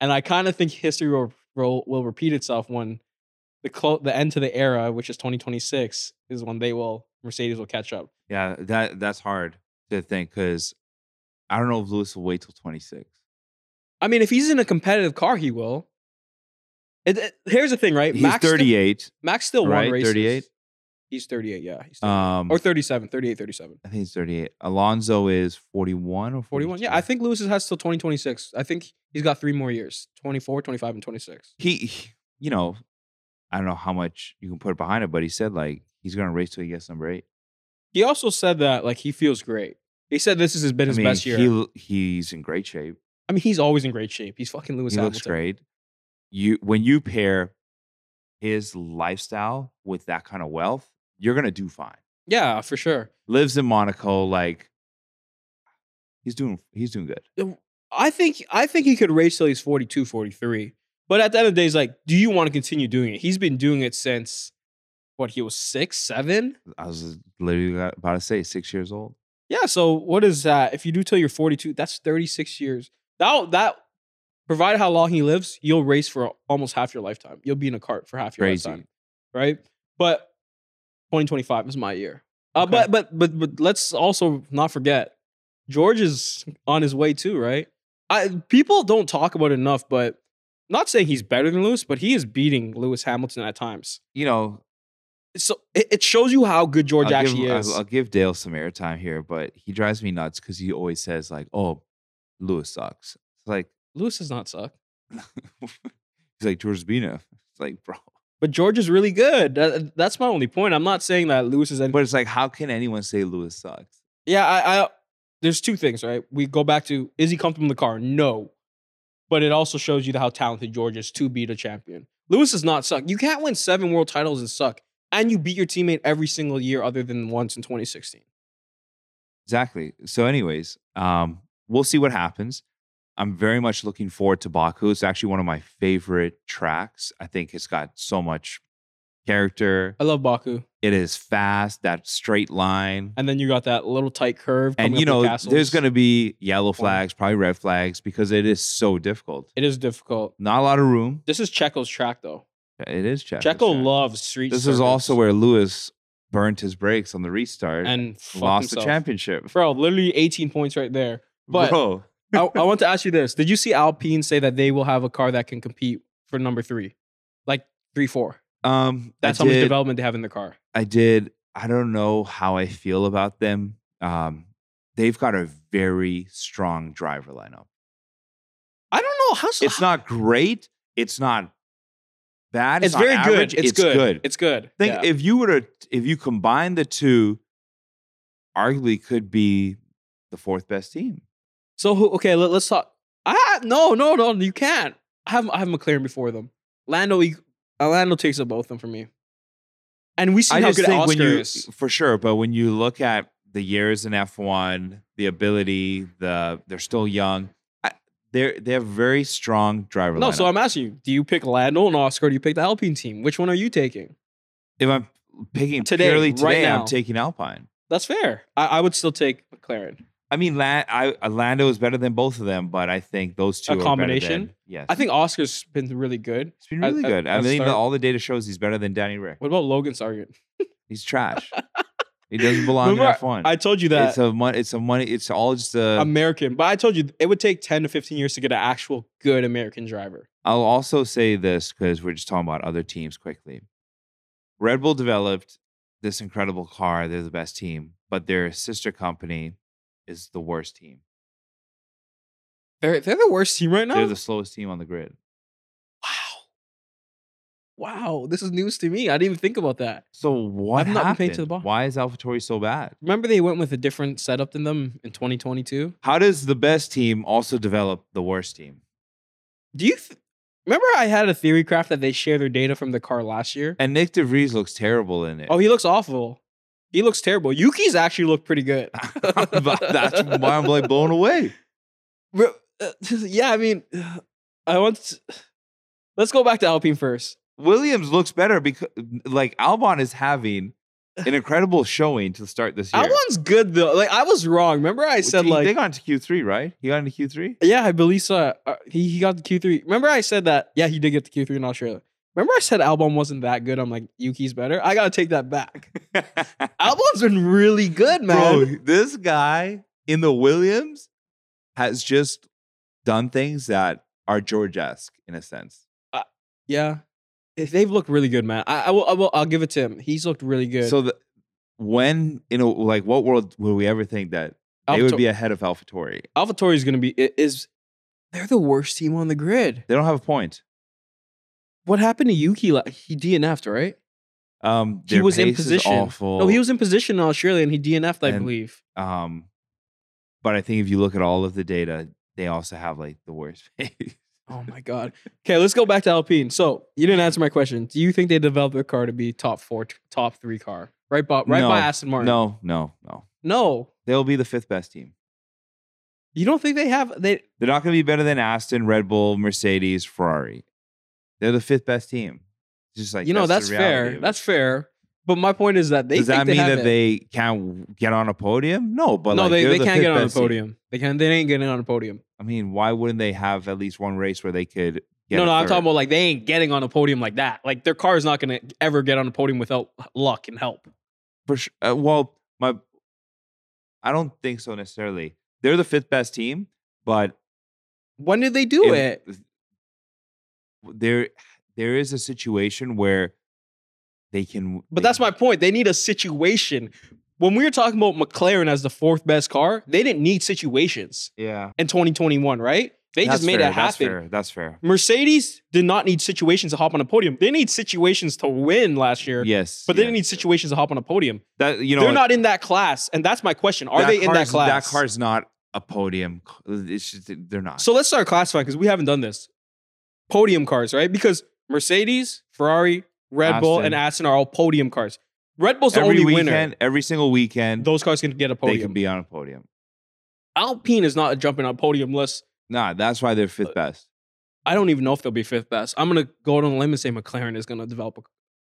Speaker 2: And I kind of think history will, will will repeat itself when the clo- the end to the era, which is 2026, is when they will Mercedes will catch up.
Speaker 1: Yeah, that that's hard to think because I don't know if Lewis will wait till 26.
Speaker 2: I mean, if he's in a competitive car, he will. It- it- here's the thing, right?
Speaker 1: He's
Speaker 2: still-
Speaker 1: 38.
Speaker 2: Max still won
Speaker 1: right?
Speaker 2: races.
Speaker 1: 38?
Speaker 2: He's 38, yeah. He's 38.
Speaker 1: Um,
Speaker 2: or 37, 38, 37.
Speaker 1: I think he's 38. Alonso is 41 or
Speaker 2: 41. Yeah,
Speaker 1: 42?
Speaker 2: I think Lewis has till 2026. I think he's got three more years 24, 25, and 26.
Speaker 1: he, he- you know, I don't know how much you can put behind it, but he said like he's gonna race till he gets number eight.
Speaker 2: He also said that, like, he feels great. He said this has been
Speaker 1: I
Speaker 2: his
Speaker 1: mean,
Speaker 2: best year.
Speaker 1: He he's in great shape.
Speaker 2: I mean, he's always in great shape. He's fucking Lewis
Speaker 1: he
Speaker 2: Hamilton.
Speaker 1: looks great. You when you pair his lifestyle with that kind of wealth, you're gonna do fine.
Speaker 2: Yeah, for sure.
Speaker 1: Lives in Monaco, like he's doing he's doing good.
Speaker 2: I think I think he could race till he's 42, 43. But at the end of the day, it's like, do you want to continue doing it? He's been doing it since what he was six, seven?
Speaker 1: I was literally about to say six years old.
Speaker 2: Yeah. So what is that? If you do till you're 42, that's 36 years. That that provided how long he lives, you'll race for almost half your lifetime. You'll be in a cart for half your
Speaker 1: Crazy.
Speaker 2: lifetime, right? But 2025 is my year. Uh,
Speaker 1: Okay.
Speaker 2: but, but but but let's also not forget George is on his way too, right? I people don't talk about it enough, but not saying he's better than Lewis, but he is beating Lewis Hamilton at times.
Speaker 1: You know,
Speaker 2: So it, it shows you how good George
Speaker 1: I'll give-
Speaker 2: actually
Speaker 1: I'll-
Speaker 2: is.
Speaker 1: I'll, give Dale some airtime here, but he drives me nuts because he always says like, "Oh, Lewis sucks." It's like
Speaker 2: Lewis does not suck.
Speaker 1: he's like George Bina. It's like, bro.
Speaker 2: But George is really good. That- that's my only point. I'm not saying that Lewis is any.
Speaker 1: But it's like, how can anyone say Lewis sucks?
Speaker 2: yeah, I, I. There's two things, right? We go back to is he comfortable in the car? No, but it also shows you how talented George is to beat a champion. Lewis does not suck. You can't win seven world titles and suck, and you beat your teammate every single year other than once in 2016.
Speaker 1: Exactly. So, anyways, um, we'll see what happens. I'm very much looking forward to Baku. It's actually one of my favorite tracks. I think it's got so much character.
Speaker 2: I love Baku,
Speaker 1: It is fast. That straight line.
Speaker 2: and then you got that little tight curve.
Speaker 1: and
Speaker 2: coming
Speaker 1: you
Speaker 2: up
Speaker 1: know
Speaker 2: the
Speaker 1: there's
Speaker 2: castles.
Speaker 1: going to be yellow
Speaker 2: Corner.
Speaker 1: flags probably red flags because it is so difficult
Speaker 2: It is difficult.
Speaker 1: not a lot of room
Speaker 2: This is Checo's track, though.
Speaker 1: it is Checo.
Speaker 2: Checo loves street.
Speaker 1: this is also
Speaker 2: circuits
Speaker 1: where lewis burnt his brakes on the restart and
Speaker 2: and fucked
Speaker 1: lost
Speaker 2: himself.
Speaker 1: the championship
Speaker 2: bro. Literally 18 points right there. but-
Speaker 1: Bro,
Speaker 2: I, I want to ask you this. Did you see Alpine say that they will have a car that can compete for number three? Like three, four.
Speaker 1: um
Speaker 2: That's
Speaker 1: I
Speaker 2: how much
Speaker 1: did,
Speaker 2: development they have in the car.
Speaker 1: i did i don't know how i feel about them um they've got a very strong driver lineup
Speaker 2: I don't know how
Speaker 1: it's not great it's not bad
Speaker 2: it's
Speaker 1: not
Speaker 2: very
Speaker 1: average,
Speaker 2: good. It's, good. It's good.
Speaker 1: think
Speaker 2: Yeah.
Speaker 1: if you were to if you combine the two, arguably could be the fourth best team.
Speaker 2: so who okay, let, us talk. Ah no, no, no, you can't. I have I have McLaren before them. Lando e- uh, Lando takes up both of them for me. And we see how good Oscar
Speaker 1: when you
Speaker 2: is.
Speaker 1: for sure, but when you look at the years in F one, the ability, the they're still young. I- They're they're very strong driver.
Speaker 2: No, so
Speaker 1: lineup.
Speaker 2: I'm asking you, do you pick Lando and Oscar or do you pick the Alpine team? Which one are you taking?
Speaker 1: if I'm picking
Speaker 2: Today,
Speaker 1: purely
Speaker 2: right
Speaker 1: today, I'm
Speaker 2: now.
Speaker 1: taking Alpine.
Speaker 2: That's fair. I, I would still take McLaren.
Speaker 1: I mean, La- I, uh, Lando is better than both of them, but I think those two
Speaker 2: A
Speaker 1: are better
Speaker 2: combination?
Speaker 1: than- yes,
Speaker 2: I think Oscar's been really good.
Speaker 1: it's been
Speaker 2: at-
Speaker 1: really
Speaker 2: at-
Speaker 1: good. I
Speaker 2: at
Speaker 1: mean,
Speaker 2: start-
Speaker 1: all the data shows he's better than Danny Rick.
Speaker 2: What about Logan's argument?
Speaker 1: He's trash. he doesn't belong in
Speaker 2: Remember,
Speaker 1: F one.
Speaker 2: I told you that
Speaker 1: it's uh, a money. It's a money. It's all just a.
Speaker 2: American, but I told you it would take 10 to 15 years to get an actual good American driver.
Speaker 1: I'll also say this because we're just talking about other teams quickly. Red Bull developed this incredible car. They're the best team, but their sister company is the worst team.
Speaker 2: They're, they're the worst team right now.
Speaker 1: They're the slowest team on the grid.
Speaker 2: wow. Wow. This is news to me. I didn't even think about that.
Speaker 1: So what
Speaker 2: I've
Speaker 1: happened?
Speaker 2: not been paid to the ball.
Speaker 1: Why is AlphaTauri so bad?
Speaker 2: Remember they went with a different setup than them in 2022?
Speaker 1: How does the best team also develop the worst team?
Speaker 2: Do you th- remember I had a theory craft that they share their data from the car last year?
Speaker 1: And Nick DeVries looks terrible in it.
Speaker 2: Oh, he looks awful. He looks terrible. Yuki's actually looked pretty good.
Speaker 1: But that's why I'm like blown away.
Speaker 2: Bro, uh, yeah, I mean, I want. to- let's go back to Alpine first.
Speaker 1: Williams looks better because like Albon is having an incredible showing to start this year.
Speaker 2: Albon's good though. Like I was wrong. Remember I said
Speaker 1: He- they
Speaker 2: like
Speaker 1: got into Q three, right? He got into Q three.
Speaker 2: yeah, I believe so. Uh, he he got the Q three. Remember I said that yeah he did get the Q three in Australia. Remember I said Albon wasn't that good. I'm like Yuki's better. I gotta take that back. Albon's been really good, man.
Speaker 1: Bro, this guy in the Williams has just done things that are George esque in a sense.
Speaker 2: Yeah, If they've looked really good, man. I, I will I will I'll give it to him. He's looked really good.
Speaker 1: So the, when you know, like, what world will we ever think that they would be ahead of AlphaTauri?
Speaker 2: AlphaTauri is gonna be i- is. They're the worst team on the grid.
Speaker 1: They don't have a point.
Speaker 2: What happened to Yuki? la- He DNF'd, right?
Speaker 1: Um,
Speaker 2: He
Speaker 1: their
Speaker 2: was in
Speaker 1: pace is
Speaker 2: position.
Speaker 1: Awful.
Speaker 2: No, he was in position in Australia and he DNF'd, I
Speaker 1: And-
Speaker 2: believe.
Speaker 1: Um, but I think if you look at all of the data, they also have like the worst pace.
Speaker 2: Oh my god. Okay, let's go back to Alpine. So you didn't answer my question. Do you think they developed their car to be top four, t- top three car? Right by right
Speaker 1: No.
Speaker 2: by Aston Martin.
Speaker 1: no, no, no.
Speaker 2: no.
Speaker 1: They'll be the fifth best team.
Speaker 2: You don't think they have they?
Speaker 1: They're not going to be better than Aston, Red Bull, Mercedes, Ferrari. They're the fifth best team. Just like
Speaker 2: you know that's,
Speaker 1: the reality of
Speaker 2: fair.
Speaker 1: it.
Speaker 2: That's fair. But my point is that they
Speaker 1: Does
Speaker 2: think
Speaker 1: that
Speaker 2: they
Speaker 1: mean
Speaker 2: have
Speaker 1: that
Speaker 2: it.
Speaker 1: they can't get on a podium? No, but
Speaker 2: no
Speaker 1: like,
Speaker 2: they,
Speaker 1: they're
Speaker 2: they
Speaker 1: the
Speaker 2: can't
Speaker 1: fifth
Speaker 2: get on a
Speaker 1: best team.
Speaker 2: podium. They can they ain't getting on a podium.
Speaker 1: I mean, why wouldn't they have at least one race where they could? get
Speaker 2: no,
Speaker 1: a
Speaker 2: no, I'm
Speaker 1: third?
Speaker 2: talking about like they ain't getting on a podium like that. Like their car is not gonna ever get on a podium without luck and help.
Speaker 1: For sure. Uh, well, my, I don't think so necessarily. They're the fifth best team, but
Speaker 2: When did they do
Speaker 1: if-
Speaker 2: it?
Speaker 1: There, there is a situation where they can.
Speaker 2: But
Speaker 1: they
Speaker 2: that's
Speaker 1: can-
Speaker 2: my point. They need a situation. When we were talking about McLaren as the fourth best car, they didn't need situations
Speaker 1: yeah.
Speaker 2: in 2021, right? They
Speaker 1: That's
Speaker 2: just made
Speaker 1: fair,
Speaker 2: it
Speaker 1: That's
Speaker 2: happen.
Speaker 1: fair. That's fair.
Speaker 2: Mercedes did not need situations to hop on a podium. They need situations to win last year,
Speaker 1: Yes,
Speaker 2: but they didn't
Speaker 1: yes.
Speaker 2: need situations to hop on a podium.
Speaker 1: that. You know,
Speaker 2: They're
Speaker 1: what?
Speaker 2: not in that class, and that's my question. Are they in that
Speaker 1: car's-
Speaker 2: class?
Speaker 1: That car's not a podium. c- It's just, they're not.
Speaker 2: so let's start classifying because we haven't done this. Podium cars, right? Because Mercedes, Ferrari, Red Bull,
Speaker 1: Aston.
Speaker 2: and Aston are all podium cars. Red Bull's the
Speaker 1: every
Speaker 2: only
Speaker 1: weekend,
Speaker 2: winner.
Speaker 1: every single weekend,
Speaker 2: Those cars can get a
Speaker 1: they
Speaker 2: podium.
Speaker 1: can be on a podium.
Speaker 2: Alpine is not jumping on podium list.
Speaker 1: Nah, that's why they're
Speaker 2: Uh,
Speaker 1: fifth best.
Speaker 2: I don't even know if they'll be fifth best. I'm gonna go out on a limb and say McLaren is gonna develop. A,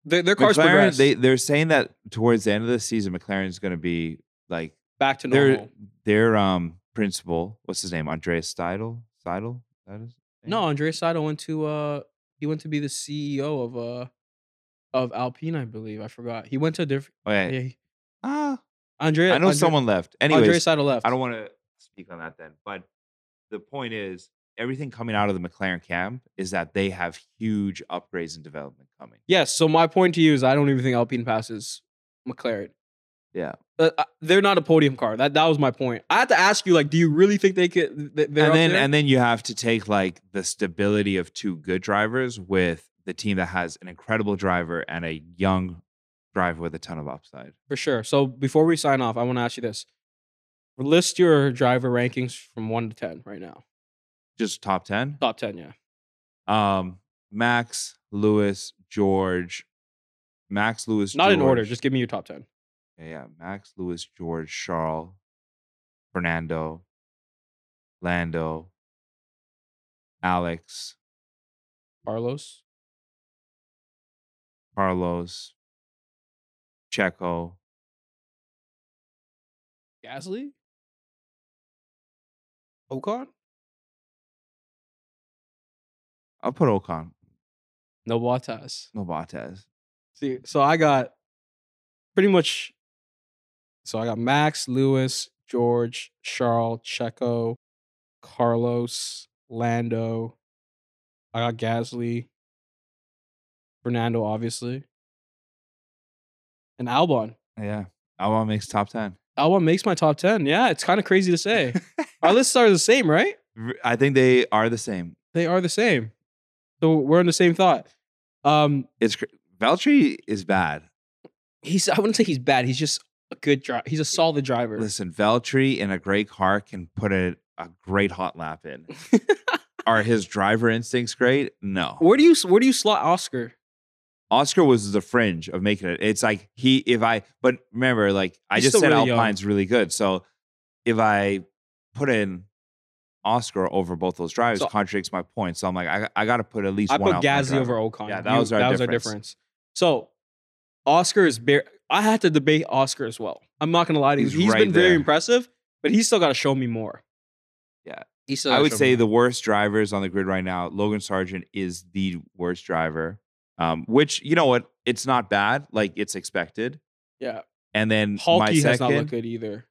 Speaker 2: their, their cars
Speaker 1: McLaren,
Speaker 2: progress
Speaker 1: they they're saying that towards the end of the season, McLaren's going to be like
Speaker 2: back to
Speaker 1: their
Speaker 2: normal.
Speaker 1: their um principal. What's his name? Andreas Steidl. Steidl. That is
Speaker 2: No, Andrea Seidel went to uh he went to be the CEO of uh of Alpine, I believe. I forgot. He went to a different.
Speaker 1: Wait.
Speaker 2: Yeah, he-
Speaker 1: Oh, Ah,
Speaker 2: Andrea.
Speaker 1: Eh, I know
Speaker 2: Andre-
Speaker 1: someone left.
Speaker 2: Andrea
Speaker 1: Anyways,
Speaker 2: Seidel left.
Speaker 1: I don't want to speak on that then. But the point is, everything coming out of the McLaren camp is that they have huge upgrades and development coming.
Speaker 2: Yes. So my point to you is, I don't even think Alpine passes McLaren.
Speaker 1: Yeah.
Speaker 2: Uh, uh, they're not a podium car. That that was my point. I had to ask you, like, do you really think they could? th- They're
Speaker 1: and
Speaker 2: up
Speaker 1: then
Speaker 2: there?
Speaker 1: and then you have to take like the stability of two good drivers with the team that has an incredible driver and a young driver with a ton of upside.
Speaker 2: For sure. So before we sign off, I want to ask you this. List your driver rankings from one to ten right now.
Speaker 1: Just top ten.
Speaker 2: Top ten, yeah.
Speaker 1: Um, Max, Lewis, George, Max, Lewis.
Speaker 2: Not in order.
Speaker 1: George.
Speaker 2: Just give me your top ten.
Speaker 1: yeah, yeah. Max, Lewis, George, Charles, Fernando, Lando, Alex,
Speaker 2: Carlos,
Speaker 1: Carlos, Checo.
Speaker 2: Gasly? Ocon?
Speaker 1: I'll put Ocon.
Speaker 2: No Watas.
Speaker 1: No Bottas.
Speaker 2: See, so I got pretty much. So I got Max, Lewis, George, Charles, Checo, Carlos, Lando. I got Gasly, Fernando, obviously, and Albon.
Speaker 1: Yeah. Albon makes top 10.
Speaker 2: Albon makes my top ten. Yeah, it's kind of crazy to say. Our lists are the same, right?
Speaker 1: R- I think they are the same.
Speaker 2: They are the same. So we're in the same thought. Um,
Speaker 1: It's cr- Valtteri is bad.
Speaker 2: he's I wouldn't say he's bad. He's just a good driver. He's a solid driver.
Speaker 1: Listen, Valtteri in a great car can put a, a great hot lap in. Are his driver instincts great? No.
Speaker 2: Where do you where do you slot Oscar?
Speaker 1: Oscar was the fringe of making it. It's like he, if I, but remember, like I
Speaker 2: He's
Speaker 1: just
Speaker 2: still
Speaker 1: said
Speaker 2: really young.
Speaker 1: Alpine's really good. So if I put in Oscar over both those drivers,
Speaker 2: So-
Speaker 1: contradicts my point. So I'm like, I, I got to put at least
Speaker 2: I
Speaker 1: one
Speaker 2: put
Speaker 1: Alpine
Speaker 2: Gasly
Speaker 1: driver.
Speaker 2: over Ocon.
Speaker 1: Yeah, that was our
Speaker 2: that was our difference.
Speaker 1: difference.
Speaker 2: So Oscar is bare. I had to debate Oscar as well. I'm not gonna lie to you.
Speaker 1: He's
Speaker 2: He's
Speaker 1: right
Speaker 2: been very
Speaker 1: there.
Speaker 2: impressive, but he's still got to show me more.
Speaker 1: Yeah.
Speaker 2: he still.
Speaker 1: I
Speaker 2: gotta
Speaker 1: would
Speaker 2: show me
Speaker 1: say
Speaker 2: more.
Speaker 1: the worst drivers on the grid right now. Logan Sargent is the worst driver, um, which you know what? It's not bad. Like it's expected.
Speaker 2: yeah.
Speaker 1: And then my
Speaker 2: Hulky has not
Speaker 1: second,
Speaker 2: looked good either.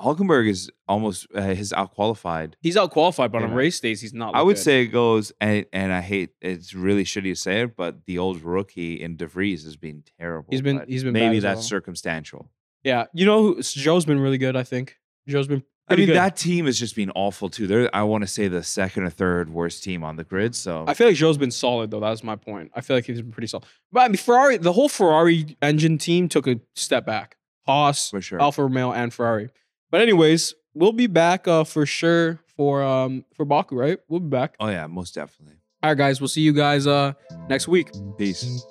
Speaker 1: Hulkenberg is almost uh, his outqualified.
Speaker 2: He's out qualified, but on
Speaker 1: Yeah.
Speaker 2: race days he's not.
Speaker 1: I
Speaker 2: looked
Speaker 1: would
Speaker 2: good.
Speaker 1: say it goes, and and I hate it's really shitty to say it, but the old rookie in DeVries has been terrible.
Speaker 2: He's been-
Speaker 1: but
Speaker 2: he's been bad
Speaker 1: maybe
Speaker 2: as
Speaker 1: that's
Speaker 2: well.
Speaker 1: circumstantial.
Speaker 2: yeah. You know, who, Joe's been really good. I think Joe's been.
Speaker 1: I
Speaker 2: pretty
Speaker 1: mean,
Speaker 2: good.
Speaker 1: that team has just been awful too. They're I want to say the second or third worst team on the grid. So
Speaker 2: I feel like Joe's been solid though. That was my point. I feel like he's been pretty solid. But I mean, Ferrari, the whole Ferrari engine team took a step back. Haas,
Speaker 1: for sure,
Speaker 2: Alpha Romeo, and Ferrari. But anyways, we'll be back uh, for sure for um for Baku, right? We'll be back.
Speaker 1: oh yeah, most definitely.
Speaker 2: All right, guys. We'll see you guys uh next week.
Speaker 1: Peace.